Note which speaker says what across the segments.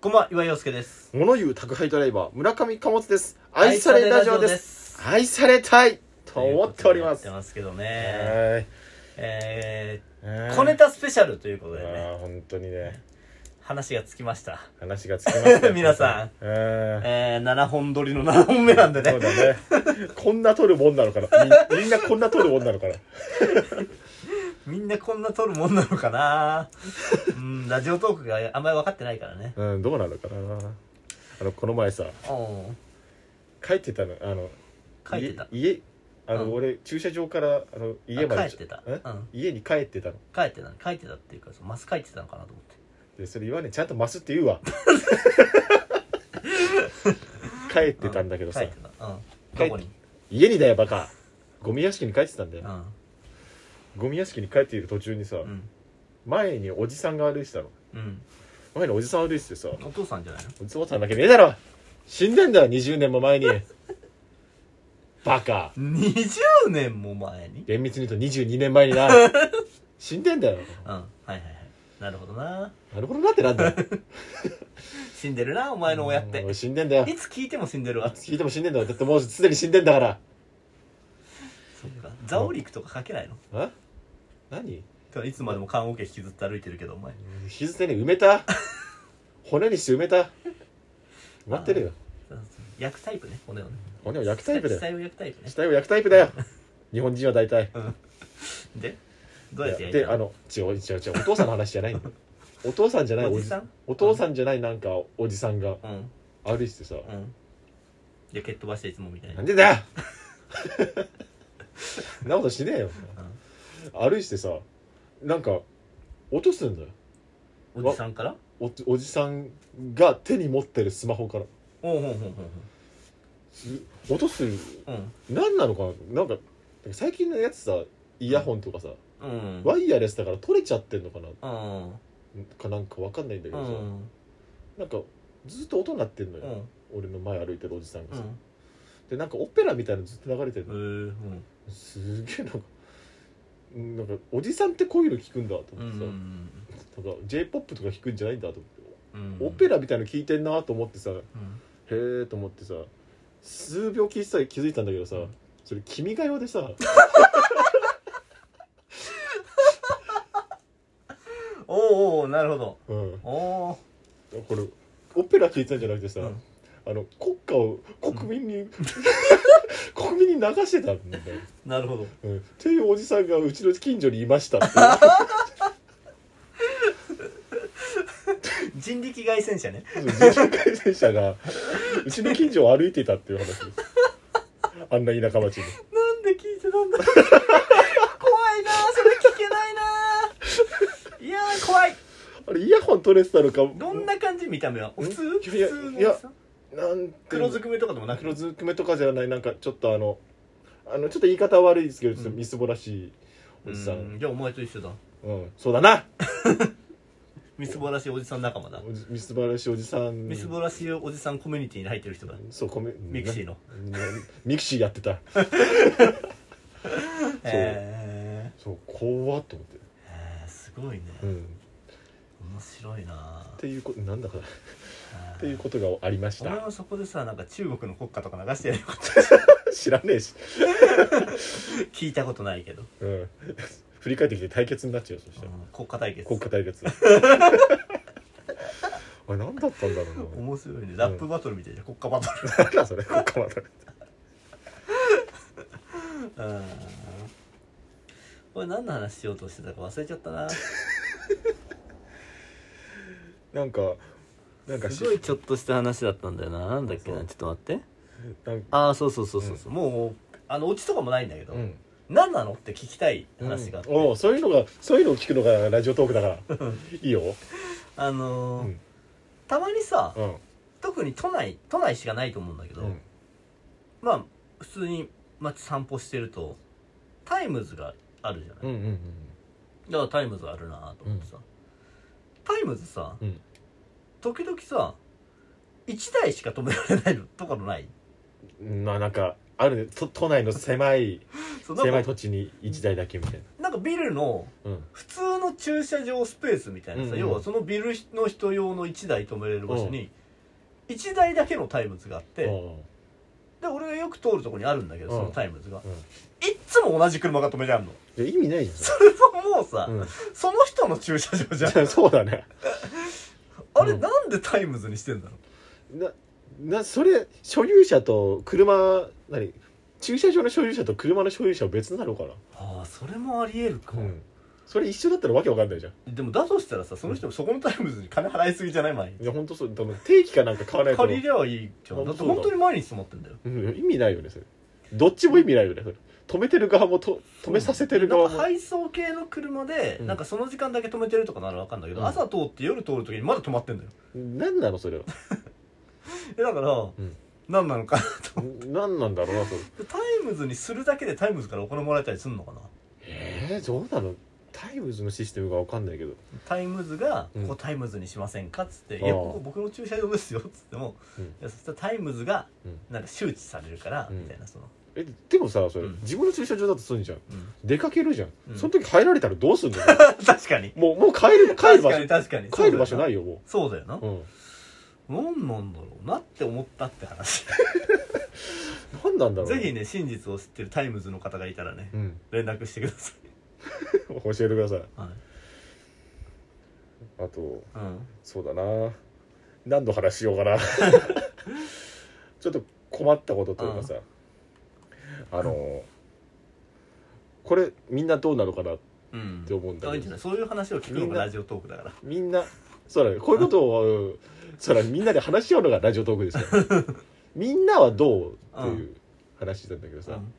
Speaker 1: こんばんは、岩井陽介です。
Speaker 2: 物言う宅配ドライバー村上貨物です愛されラジオです
Speaker 1: す
Speaker 2: 愛されたいと思っております
Speaker 1: ということでやってますけどね。
Speaker 2: はい
Speaker 1: えー、小
Speaker 2: こ
Speaker 1: ネタスペシャルということでね、
Speaker 2: 本当にね
Speaker 1: 話がつきました。
Speaker 2: 話がつきまし た
Speaker 1: 皆さ
Speaker 2: んうん
Speaker 1: えー、7本撮りの7本目なんで
Speaker 2: そう
Speaker 1: ね。
Speaker 2: だね こんな撮るもんなのかなみみんなこんな撮るもんなのかな
Speaker 1: みんなこんな撮るもんなのか なうん、ラジオトークがあんまり分かってないからね。
Speaker 2: うんどうなのかなあのこの前さ
Speaker 1: おう
Speaker 2: 書いてたのあの
Speaker 1: 書いてた。
Speaker 2: 家家あの、
Speaker 1: うん
Speaker 2: 俺駐車場からあの家まで
Speaker 1: あ帰ってた
Speaker 2: え
Speaker 1: うん
Speaker 2: 家に帰ってたの
Speaker 1: 書いてたの書いてたっていうか、そのマス書いてたのかなと思って。
Speaker 2: でそれ言わねえちゃんとマスって言 うわ帰ってたんだけどさ、
Speaker 1: 書いてた。うん。どこに
Speaker 2: 家にだよバカゴミ屋敷に帰ってたんだ
Speaker 1: う
Speaker 2: よ、
Speaker 1: ん。
Speaker 2: ゴミ屋敷に帰っている途中にさ、
Speaker 1: うん。
Speaker 2: 前におじさんが歩いてたの
Speaker 1: うん。
Speaker 2: 前におじさん歩いててさ
Speaker 1: お父さんじゃないの
Speaker 2: おじさんおったんだけねえだろ死んでんだよ20年も 前にバカ
Speaker 1: ?20 年も前に
Speaker 2: 厳密に言うと22年前にな死んでんだよ
Speaker 1: うん。はいはいはい。なるほどな。
Speaker 2: なるほどなってなんだよ
Speaker 1: 死んでるな、お前の親って
Speaker 2: う。ん死んでんだよ
Speaker 1: いつ聞いても死んでるわ。
Speaker 2: 聞いても死んでんだよだってもうすでに死んでんだから
Speaker 1: そうか。ザオリクとか書けないの
Speaker 2: あ何
Speaker 1: てかいつまでも棺桶引きずって歩いてるけど、お前。
Speaker 2: 傷手に埋めた骨にして埋めた埋まってるよ
Speaker 1: 焼くタイプね、骨をね。
Speaker 2: 骨を焼くタイプだ
Speaker 1: 死
Speaker 2: よ
Speaker 1: 体を焼くタイプね
Speaker 2: 死。体を焼くタイプだよ日本人は大体
Speaker 1: で、どうやって焼い
Speaker 2: で
Speaker 1: た
Speaker 2: あの違う違う違うお父さんの話じゃないんだよお父さんじゃない
Speaker 1: おじさん
Speaker 2: お父さんじゃないなんかおじさんが
Speaker 1: うん。
Speaker 2: 歩いててさ、
Speaker 1: うん。で、蹴っ飛ばしていつもみたい
Speaker 2: な
Speaker 1: に
Speaker 2: ん。でだよそんなことしねえよ
Speaker 1: うん
Speaker 2: 歩いててさなんか音するんだよ
Speaker 1: おじさんから
Speaker 2: おおじさんが手に持ってるスマホから
Speaker 1: おうほうほうほ
Speaker 2: す音する
Speaker 1: うほう。うん。
Speaker 2: 何なのかななんか最近のやつさイヤホンとかさ、
Speaker 1: うん。
Speaker 2: ワイヤレスだから取れちゃってんのかな
Speaker 1: うん。
Speaker 2: かなんかわかんないんだけ
Speaker 1: う
Speaker 2: どさ、
Speaker 1: ん。
Speaker 2: なんかずっと音鳴ってんの
Speaker 1: う
Speaker 2: よ、
Speaker 1: ん。
Speaker 2: 俺の前歩いてるおじさんが
Speaker 1: う
Speaker 2: さ、
Speaker 1: ん。
Speaker 2: でなんかオペラみたいなのずっと流れてる
Speaker 1: うん。
Speaker 2: の、
Speaker 1: うん。
Speaker 2: すげえなんかうんなんかおじさんってこういうの聞くんだと
Speaker 1: う
Speaker 2: 思ってさ、
Speaker 1: ん。
Speaker 2: なんか j p o p とか聞くんじゃないんだと思って、
Speaker 1: うん。
Speaker 2: オペラみたいなの聞いてんなと思ってさへ
Speaker 1: うん。
Speaker 2: えと思ってさ数秒聞いてたら気づいたんだけどさ、
Speaker 1: うん
Speaker 2: それ「君が代」でさ
Speaker 1: おうおうなるほど。
Speaker 2: うん、
Speaker 1: おお
Speaker 2: これオペラ聞いてたんじゃなくてさ、
Speaker 1: うん
Speaker 2: あの国歌を国民に、 国民に流してたんだよ、
Speaker 1: ーなるほど。
Speaker 2: うん、っていうおじさんがうちの近所にいましたって
Speaker 1: 人力外戦車ね。
Speaker 2: いう自動改善者がうちの近所を歩いていたっていう話 ですあんな田舎町に
Speaker 1: なんで聞いてたんだ怖いなあそれ聞けないなあいやー怖い
Speaker 2: あれイヤホン取れてたのか
Speaker 1: どんな感じ見た目は普通普
Speaker 2: いやいや
Speaker 1: 通の
Speaker 2: いや
Speaker 1: おじさん
Speaker 2: なんて
Speaker 1: 黒ずくめとかでもなく
Speaker 2: 黒ずくめとかじゃないなんかちょっとあのあのちょっと言い方悪いですけどちょっとみすぼらしいおじさん、
Speaker 1: うんじゃあお前と一緒だ
Speaker 2: うん、そう だな
Speaker 1: みすぼらしいおじさん仲間だ
Speaker 2: おじみすぼらしいおじさん
Speaker 1: みすぼらしいおじさんコミュニティに入ってる人だ
Speaker 2: そうコメ
Speaker 1: ミクシーの
Speaker 2: なミクシーやってた
Speaker 1: へ
Speaker 2: そう怖っと思って、
Speaker 1: ーへーすごいね
Speaker 2: うん、
Speaker 1: 面白いな
Speaker 2: っていうことなんだかな
Speaker 1: っ
Speaker 2: っていうことがありまし
Speaker 1: 俺
Speaker 2: た
Speaker 1: もそこでさなんか中国の国歌とか流してやる
Speaker 2: 知らねえし、
Speaker 1: 聞いたことないけど、
Speaker 2: うん、振り返ってきて対決になっちゃうよそし
Speaker 1: う
Speaker 2: たら
Speaker 1: ん国歌対決
Speaker 2: 国家 対決あれ何だったんだろう
Speaker 1: 面白いねラップバトルみたいじゃん国歌バトル
Speaker 2: な何だそれ国家まで
Speaker 1: うんこれ何の話しようとしてたか忘れちゃったな
Speaker 2: なんかなんかし
Speaker 1: すごいちょっとした話だったんだよななんだっけな
Speaker 2: そう
Speaker 1: ちょっと待って
Speaker 2: なん
Speaker 1: ああそうそうそうそう、うもうあのオチとかもないんだけど、
Speaker 2: うん
Speaker 1: 何なのって聞きたい話があって、
Speaker 2: うんおうそういうのがそういうのを聞くのがラジオトークだからいいよ、
Speaker 1: あのー
Speaker 2: うん
Speaker 1: たまにさ、
Speaker 2: うん
Speaker 1: 特に都内都内しかないと思うんだけど、
Speaker 2: うん、
Speaker 1: まあ普通に街散歩してるとタイムズがあるじゃない、
Speaker 2: うんうん
Speaker 1: だからタイムズあるなと思ってさ、タイムズさ、
Speaker 2: うん
Speaker 1: 時々さ1台しか止められないのとかのない
Speaker 2: うんまあなんかあるねと都内の狭い
Speaker 1: そうな
Speaker 2: 狭
Speaker 1: ん
Speaker 2: い
Speaker 1: か
Speaker 2: 土地に一台だけみたいな
Speaker 1: なんなんかビルの
Speaker 2: うん
Speaker 1: 普通の駐車場スペースみたいなさ、
Speaker 2: うんうん
Speaker 1: 要はそのビルの人用の1台止めれる場所に1台だけのタイムズがあって、
Speaker 2: う
Speaker 1: で俺がよく通るとこにあるんだけど
Speaker 2: うん
Speaker 1: そのタイムズが、
Speaker 2: ん
Speaker 1: いっつも同じ車が止めてあるの
Speaker 2: いや意味ないじ
Speaker 1: それはもうさ、
Speaker 2: ゃん、うん、
Speaker 1: その人の駐車場じゃん
Speaker 2: じゃあ そうだね
Speaker 1: あれ
Speaker 2: うん
Speaker 1: なんでタイムズにしてんだろ
Speaker 2: ななそれ所有者と車何駐車場の所有者と車の所有者は別になのかな、
Speaker 1: うああそれもありえるか、
Speaker 2: それ一緒だったらわけわかんないじゃん
Speaker 1: でもだとしたらさその人もそこのタイムズに金払いすぎじゃない前に
Speaker 2: いや本当そう多分定期かなんか買わないと
Speaker 1: 借りりゃいいじゃん
Speaker 2: あ
Speaker 1: だって
Speaker 2: そうだ
Speaker 1: 本当に毎日泊まってんだよ
Speaker 2: うん意味ないよねそれどっちも意味ないよねそれ止めてる側もと止めさせてる側
Speaker 1: なん
Speaker 2: も
Speaker 1: か配送系の車で、
Speaker 2: うん
Speaker 1: なんかその時間だけ止めてるとかならわかんだけど、
Speaker 2: うん
Speaker 1: 朝通って夜通る時にまだ止まってんだよ
Speaker 2: 何なのそ れは
Speaker 1: えだから、
Speaker 2: ん
Speaker 1: 何なのか
Speaker 2: 何なんだろうなそれ
Speaker 1: タイムズにするだけでタイムズからお金もらえたりするのかな
Speaker 2: えー、どうなのタイムズのシステムがわかんないけど
Speaker 1: タイムズが「
Speaker 2: うん
Speaker 1: ここタイムズにしませんか?」っつって「
Speaker 2: ああ
Speaker 1: いやここ僕の駐車場ですよ」っつっても、
Speaker 2: うん
Speaker 1: いやそしたらタイムズが
Speaker 2: うん
Speaker 1: なんか周知されるから、
Speaker 2: うん
Speaker 1: みたいなその、
Speaker 2: えでもさそれ、
Speaker 1: うん
Speaker 2: 自分の駐車場だとすんじゃん
Speaker 1: うん、
Speaker 2: 出かけるじゃん、
Speaker 1: うん
Speaker 2: その時入られたらどうすんの
Speaker 1: 確かに
Speaker 2: もうもう帰る帰
Speaker 1: 確
Speaker 2: る場
Speaker 1: か
Speaker 2: 所
Speaker 1: に確かに
Speaker 2: 帰る場所ないいよも
Speaker 1: そうだよな
Speaker 2: う、うん、
Speaker 1: 何なんだろうなって思ったって話
Speaker 2: 何なんだろう
Speaker 1: ぜひね真実を知ってるタイムズの方がいたらね
Speaker 2: うん、
Speaker 1: 連絡してくださ
Speaker 2: 教えてください
Speaker 1: い、はい
Speaker 2: あと
Speaker 1: うん、
Speaker 2: そうだな何の話しよう かなちょっと困ったことというかさあのこれみんなどうなのかな
Speaker 1: うん、
Speaker 2: って思うんだけど
Speaker 1: あいいんじゃないそういう話を聞く
Speaker 2: み
Speaker 1: の
Speaker 2: ん
Speaker 1: が
Speaker 2: な
Speaker 1: ラジオトークだから
Speaker 2: みんなそうだねこういうことをうんそうだねみんなで話し合うのがラジオトークですからみんなはどうっていう話なんだけどさ、
Speaker 1: うん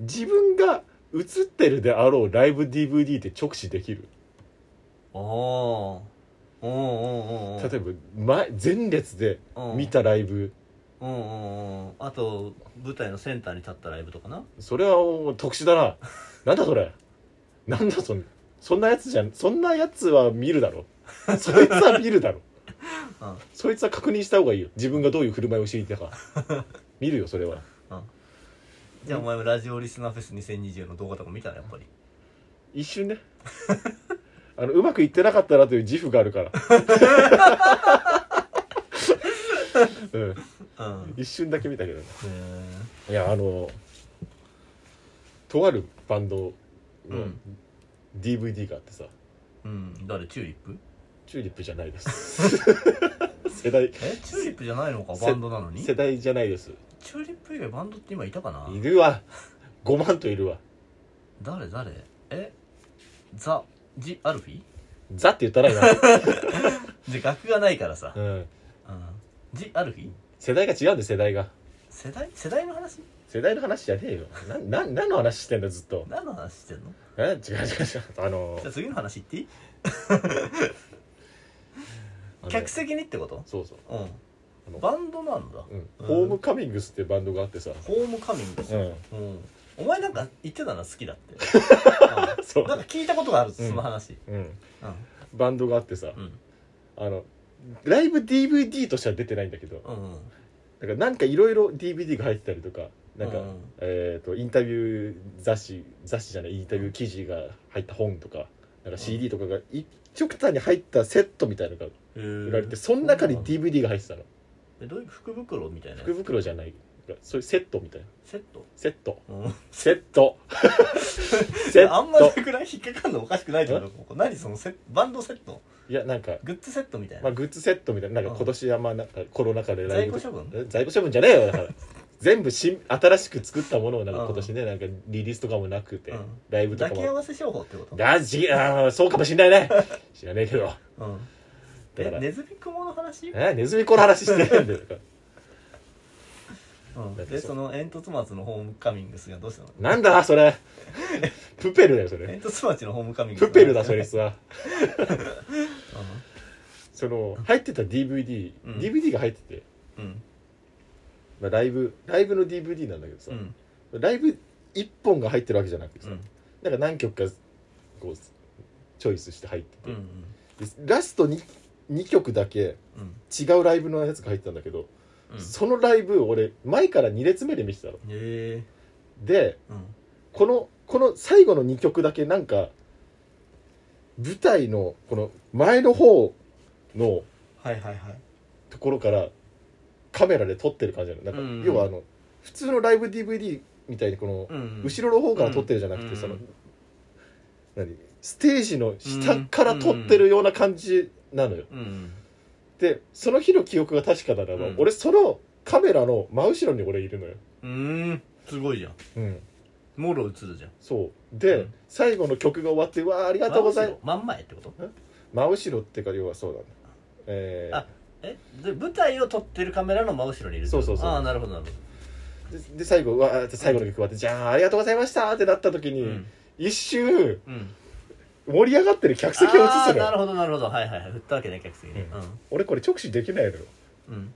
Speaker 2: 自分が映ってるであろうライブ DVD って直視できる
Speaker 1: おおおーおーおーお
Speaker 2: 例えば前前列で
Speaker 1: ば
Speaker 2: 見たライブ
Speaker 1: うんうんうんあと舞台のセンターに立ったライブとかな
Speaker 2: それはもう特殊だななんだそれなんだそんそんなやつじゃんそんなやつは見るだろそいつは見るだろ
Speaker 1: うん
Speaker 2: そいつは確認した方がいいよ自分がどういう振る舞いをしていたか見るよそれは
Speaker 1: じゃあお前もラジオリスナーフェス2020の動画とか見たらやっぱり
Speaker 2: 一瞬ねあのうまくいってなかったなという自負があるからうん、
Speaker 1: うん
Speaker 2: 一瞬だけ見たけどね
Speaker 1: へえ
Speaker 2: いやあのとあるバンド
Speaker 1: う
Speaker 2: の
Speaker 1: ん
Speaker 2: DVD があってさ、
Speaker 1: うん誰チューリップ
Speaker 2: チューリップじゃないです 世代
Speaker 1: えチューリップじゃないのか
Speaker 2: せ
Speaker 1: バンドなのにチ
Speaker 2: 世
Speaker 1: ュ
Speaker 2: 代じゃないです
Speaker 1: ーリップ以外バンドって今いたかない
Speaker 2: るわ5万といるわ
Speaker 1: 誰誰えザ・ジ・アルフィ
Speaker 2: ザって言ったら今、
Speaker 1: で額がないからさ、
Speaker 2: うん、
Speaker 1: うん、ジ・アルフィ
Speaker 2: 世代が違うんで世代が
Speaker 1: 世代世代の話
Speaker 2: 世代の話じゃねえよなな何の話してんだずっと
Speaker 1: 何の話してんの
Speaker 2: え違う違う違うあの
Speaker 1: じゃあ次の話言っていい
Speaker 2: あの
Speaker 1: 客席にってこと
Speaker 2: そうそうあ
Speaker 1: う
Speaker 2: の
Speaker 1: んバンドなんだ、
Speaker 2: うん
Speaker 1: うん
Speaker 2: ホームカミングスってバンドがあってさ、
Speaker 1: ホームカミング
Speaker 2: うん、
Speaker 1: うん、お前なんか言ってたな好きだって、
Speaker 2: そ
Speaker 1: うんなんか
Speaker 2: う、
Speaker 1: 聞いたことがある、
Speaker 2: うん
Speaker 1: その話
Speaker 2: うん、
Speaker 1: うん
Speaker 2: バンドがあってさ
Speaker 1: うん
Speaker 2: あのライブ DVD としては出てないんだけど
Speaker 1: うん
Speaker 2: なんかなんかいろいろ DVD が入ってたりとかなんか、
Speaker 1: うん
Speaker 2: えー、とインタビュー雑誌雑誌じゃないインタビュー記事が入った本とかなんか CD とかが一直端に入ったセットみたいなのが
Speaker 1: へ
Speaker 2: 売
Speaker 1: ー
Speaker 2: られてその中に DVD が入ってたの
Speaker 1: えどういう福袋みたいなやつ
Speaker 2: 福袋じゃないそういうセットみたいな
Speaker 1: セット、
Speaker 2: セット
Speaker 1: うん、
Speaker 2: セット セッ
Speaker 1: あんまり
Speaker 2: ト
Speaker 1: ぐらい引っかかんのおかしくないってことここ何そのセバンドセット
Speaker 2: いやなんか、
Speaker 1: グッズセットみたいな、
Speaker 2: まあ、グッズセットみたいななんか今年はまあなんかコロナ禍でライ
Speaker 1: 在庫
Speaker 2: ブと
Speaker 1: 処分
Speaker 2: え在庫処分じゃねえよだから 全部新新しく作ったものをなんか
Speaker 1: うん
Speaker 2: 今年ねなんかリリースとかもなくて、
Speaker 1: うん
Speaker 2: ライブとか
Speaker 1: 抱き合
Speaker 2: も
Speaker 1: わせ商法ってこと
Speaker 2: あじあーそうかもしんな いね知らねえけど
Speaker 1: うん
Speaker 2: だ
Speaker 1: え
Speaker 2: から
Speaker 1: ネズミクモの話、
Speaker 2: えネズミ子の話してないん だよ
Speaker 1: うん、
Speaker 2: だって
Speaker 1: で
Speaker 2: そう
Speaker 1: その煙突町のホームカミングスがどうしたの
Speaker 2: なんだそれプペルだよそれ
Speaker 1: 煙突町のホームカミングス
Speaker 2: プペルだそ
Speaker 1: れ、
Speaker 2: れさその入ってた DVD、
Speaker 1: うん
Speaker 2: DVD が入ってて、
Speaker 1: うんうん
Speaker 2: まあ、ライブライブの DVD なんだけどさ
Speaker 1: う、ん
Speaker 2: ライブ1本が入ってるわけじゃなくて
Speaker 1: う
Speaker 2: さ、
Speaker 1: ん
Speaker 2: なんか何曲かこうチョイスして入って
Speaker 1: う
Speaker 2: て、
Speaker 1: ん
Speaker 2: でラスト 2, 2曲だけ
Speaker 1: うん
Speaker 2: 違うライブのやつが入ってたんだけど、
Speaker 1: うん
Speaker 2: そのライブ俺前から2列目で見てたの
Speaker 1: へえ
Speaker 2: で
Speaker 1: うん
Speaker 2: ここのこの最後の2曲だけなんか舞台のこの前の方の
Speaker 1: はいはいはい
Speaker 2: ところからカメラで撮ってる感じなのなんか、
Speaker 1: うんうん
Speaker 2: 要はあの普通のライブ DVD みたいにこの
Speaker 1: うん
Speaker 2: 後ろの方から撮ってるじゃなくて、
Speaker 1: うん
Speaker 2: その
Speaker 1: うん
Speaker 2: 何ステージの下から撮ってるような感じなのよ、
Speaker 1: うん
Speaker 2: でその日の記憶が確かならば、
Speaker 1: うん
Speaker 2: 俺そのカメラの真後ろに俺いるのよ、
Speaker 1: うんすごいじゃん
Speaker 2: うん、
Speaker 1: もろ映るじゃん
Speaker 2: そうで、
Speaker 1: うん
Speaker 2: 最後の曲が終わってわあありがとうございます
Speaker 1: 真ん前ってこと
Speaker 2: 真後ろっていうか要はそうだねえー
Speaker 1: あえで舞台を撮ってるカメラの真後ろにいるってこと
Speaker 2: そうそうそう
Speaker 1: ああなるほどなるほ
Speaker 2: でで最後うわーって最後の曲終わって、じゃあありがとうございましたってなった時に、
Speaker 1: どうん
Speaker 2: 一瞬
Speaker 1: うん
Speaker 2: 盛り上がってる客席を映
Speaker 1: あ
Speaker 2: す
Speaker 1: ー
Speaker 2: の
Speaker 1: な
Speaker 2: よ
Speaker 1: るほどなるほどはいはい振ったわけね客席にうん
Speaker 2: 俺これ直視できないのよ
Speaker 1: うん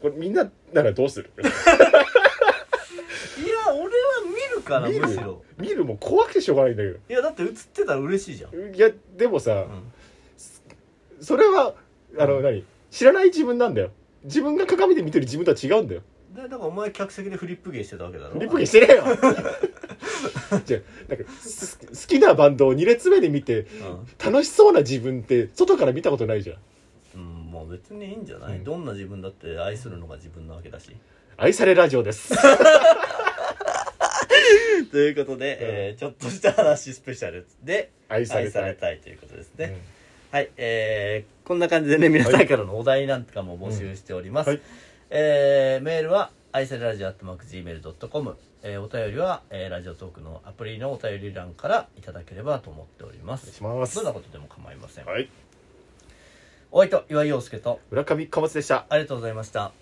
Speaker 2: これみんなならどうする
Speaker 1: いや俺は見るから
Speaker 2: 見る
Speaker 1: むしろ
Speaker 2: 見るも怖くてしょうがないんだけ
Speaker 1: いやだって映ってたら嬉しいじゃん
Speaker 2: どいやでもさ、
Speaker 1: うん
Speaker 2: それはあの、
Speaker 1: うん
Speaker 2: 何知らない自分なんだよ自分が鏡で見てる自分とは違うんだよ
Speaker 1: でだからお前客席でフリップ芸してたわけだろ
Speaker 2: リプゲして ねえよじゃあなんかす好きなバンドを2列目で見て
Speaker 1: うん
Speaker 2: 楽しそうな自分って外から見たことないじゃん
Speaker 1: うんまあ別にいいんじゃない、
Speaker 2: うん
Speaker 1: どんな自分だって愛するのが自分なわけだし
Speaker 2: 愛されラジオです
Speaker 1: ということで、えーちょっとした話スペシャルで
Speaker 2: 愛さ
Speaker 1: 愛
Speaker 2: れ
Speaker 1: さ
Speaker 2: た
Speaker 1: れ
Speaker 2: い
Speaker 1: たいということですね、
Speaker 2: うん
Speaker 1: はいえーこんな感じでね皆さんからのお題なんかも募集しております、
Speaker 2: はい
Speaker 1: えーメールは愛されラジオアットマーク Gmail.com、えーお便りは、えーラジオトークのアプリのお便り欄からいただければと思っておりま
Speaker 2: お願い
Speaker 1: す
Speaker 2: します
Speaker 1: どんなことでも構いません、
Speaker 2: はい
Speaker 1: おいと岩井陽介と
Speaker 2: 村上貨物でした
Speaker 1: ありがとうございました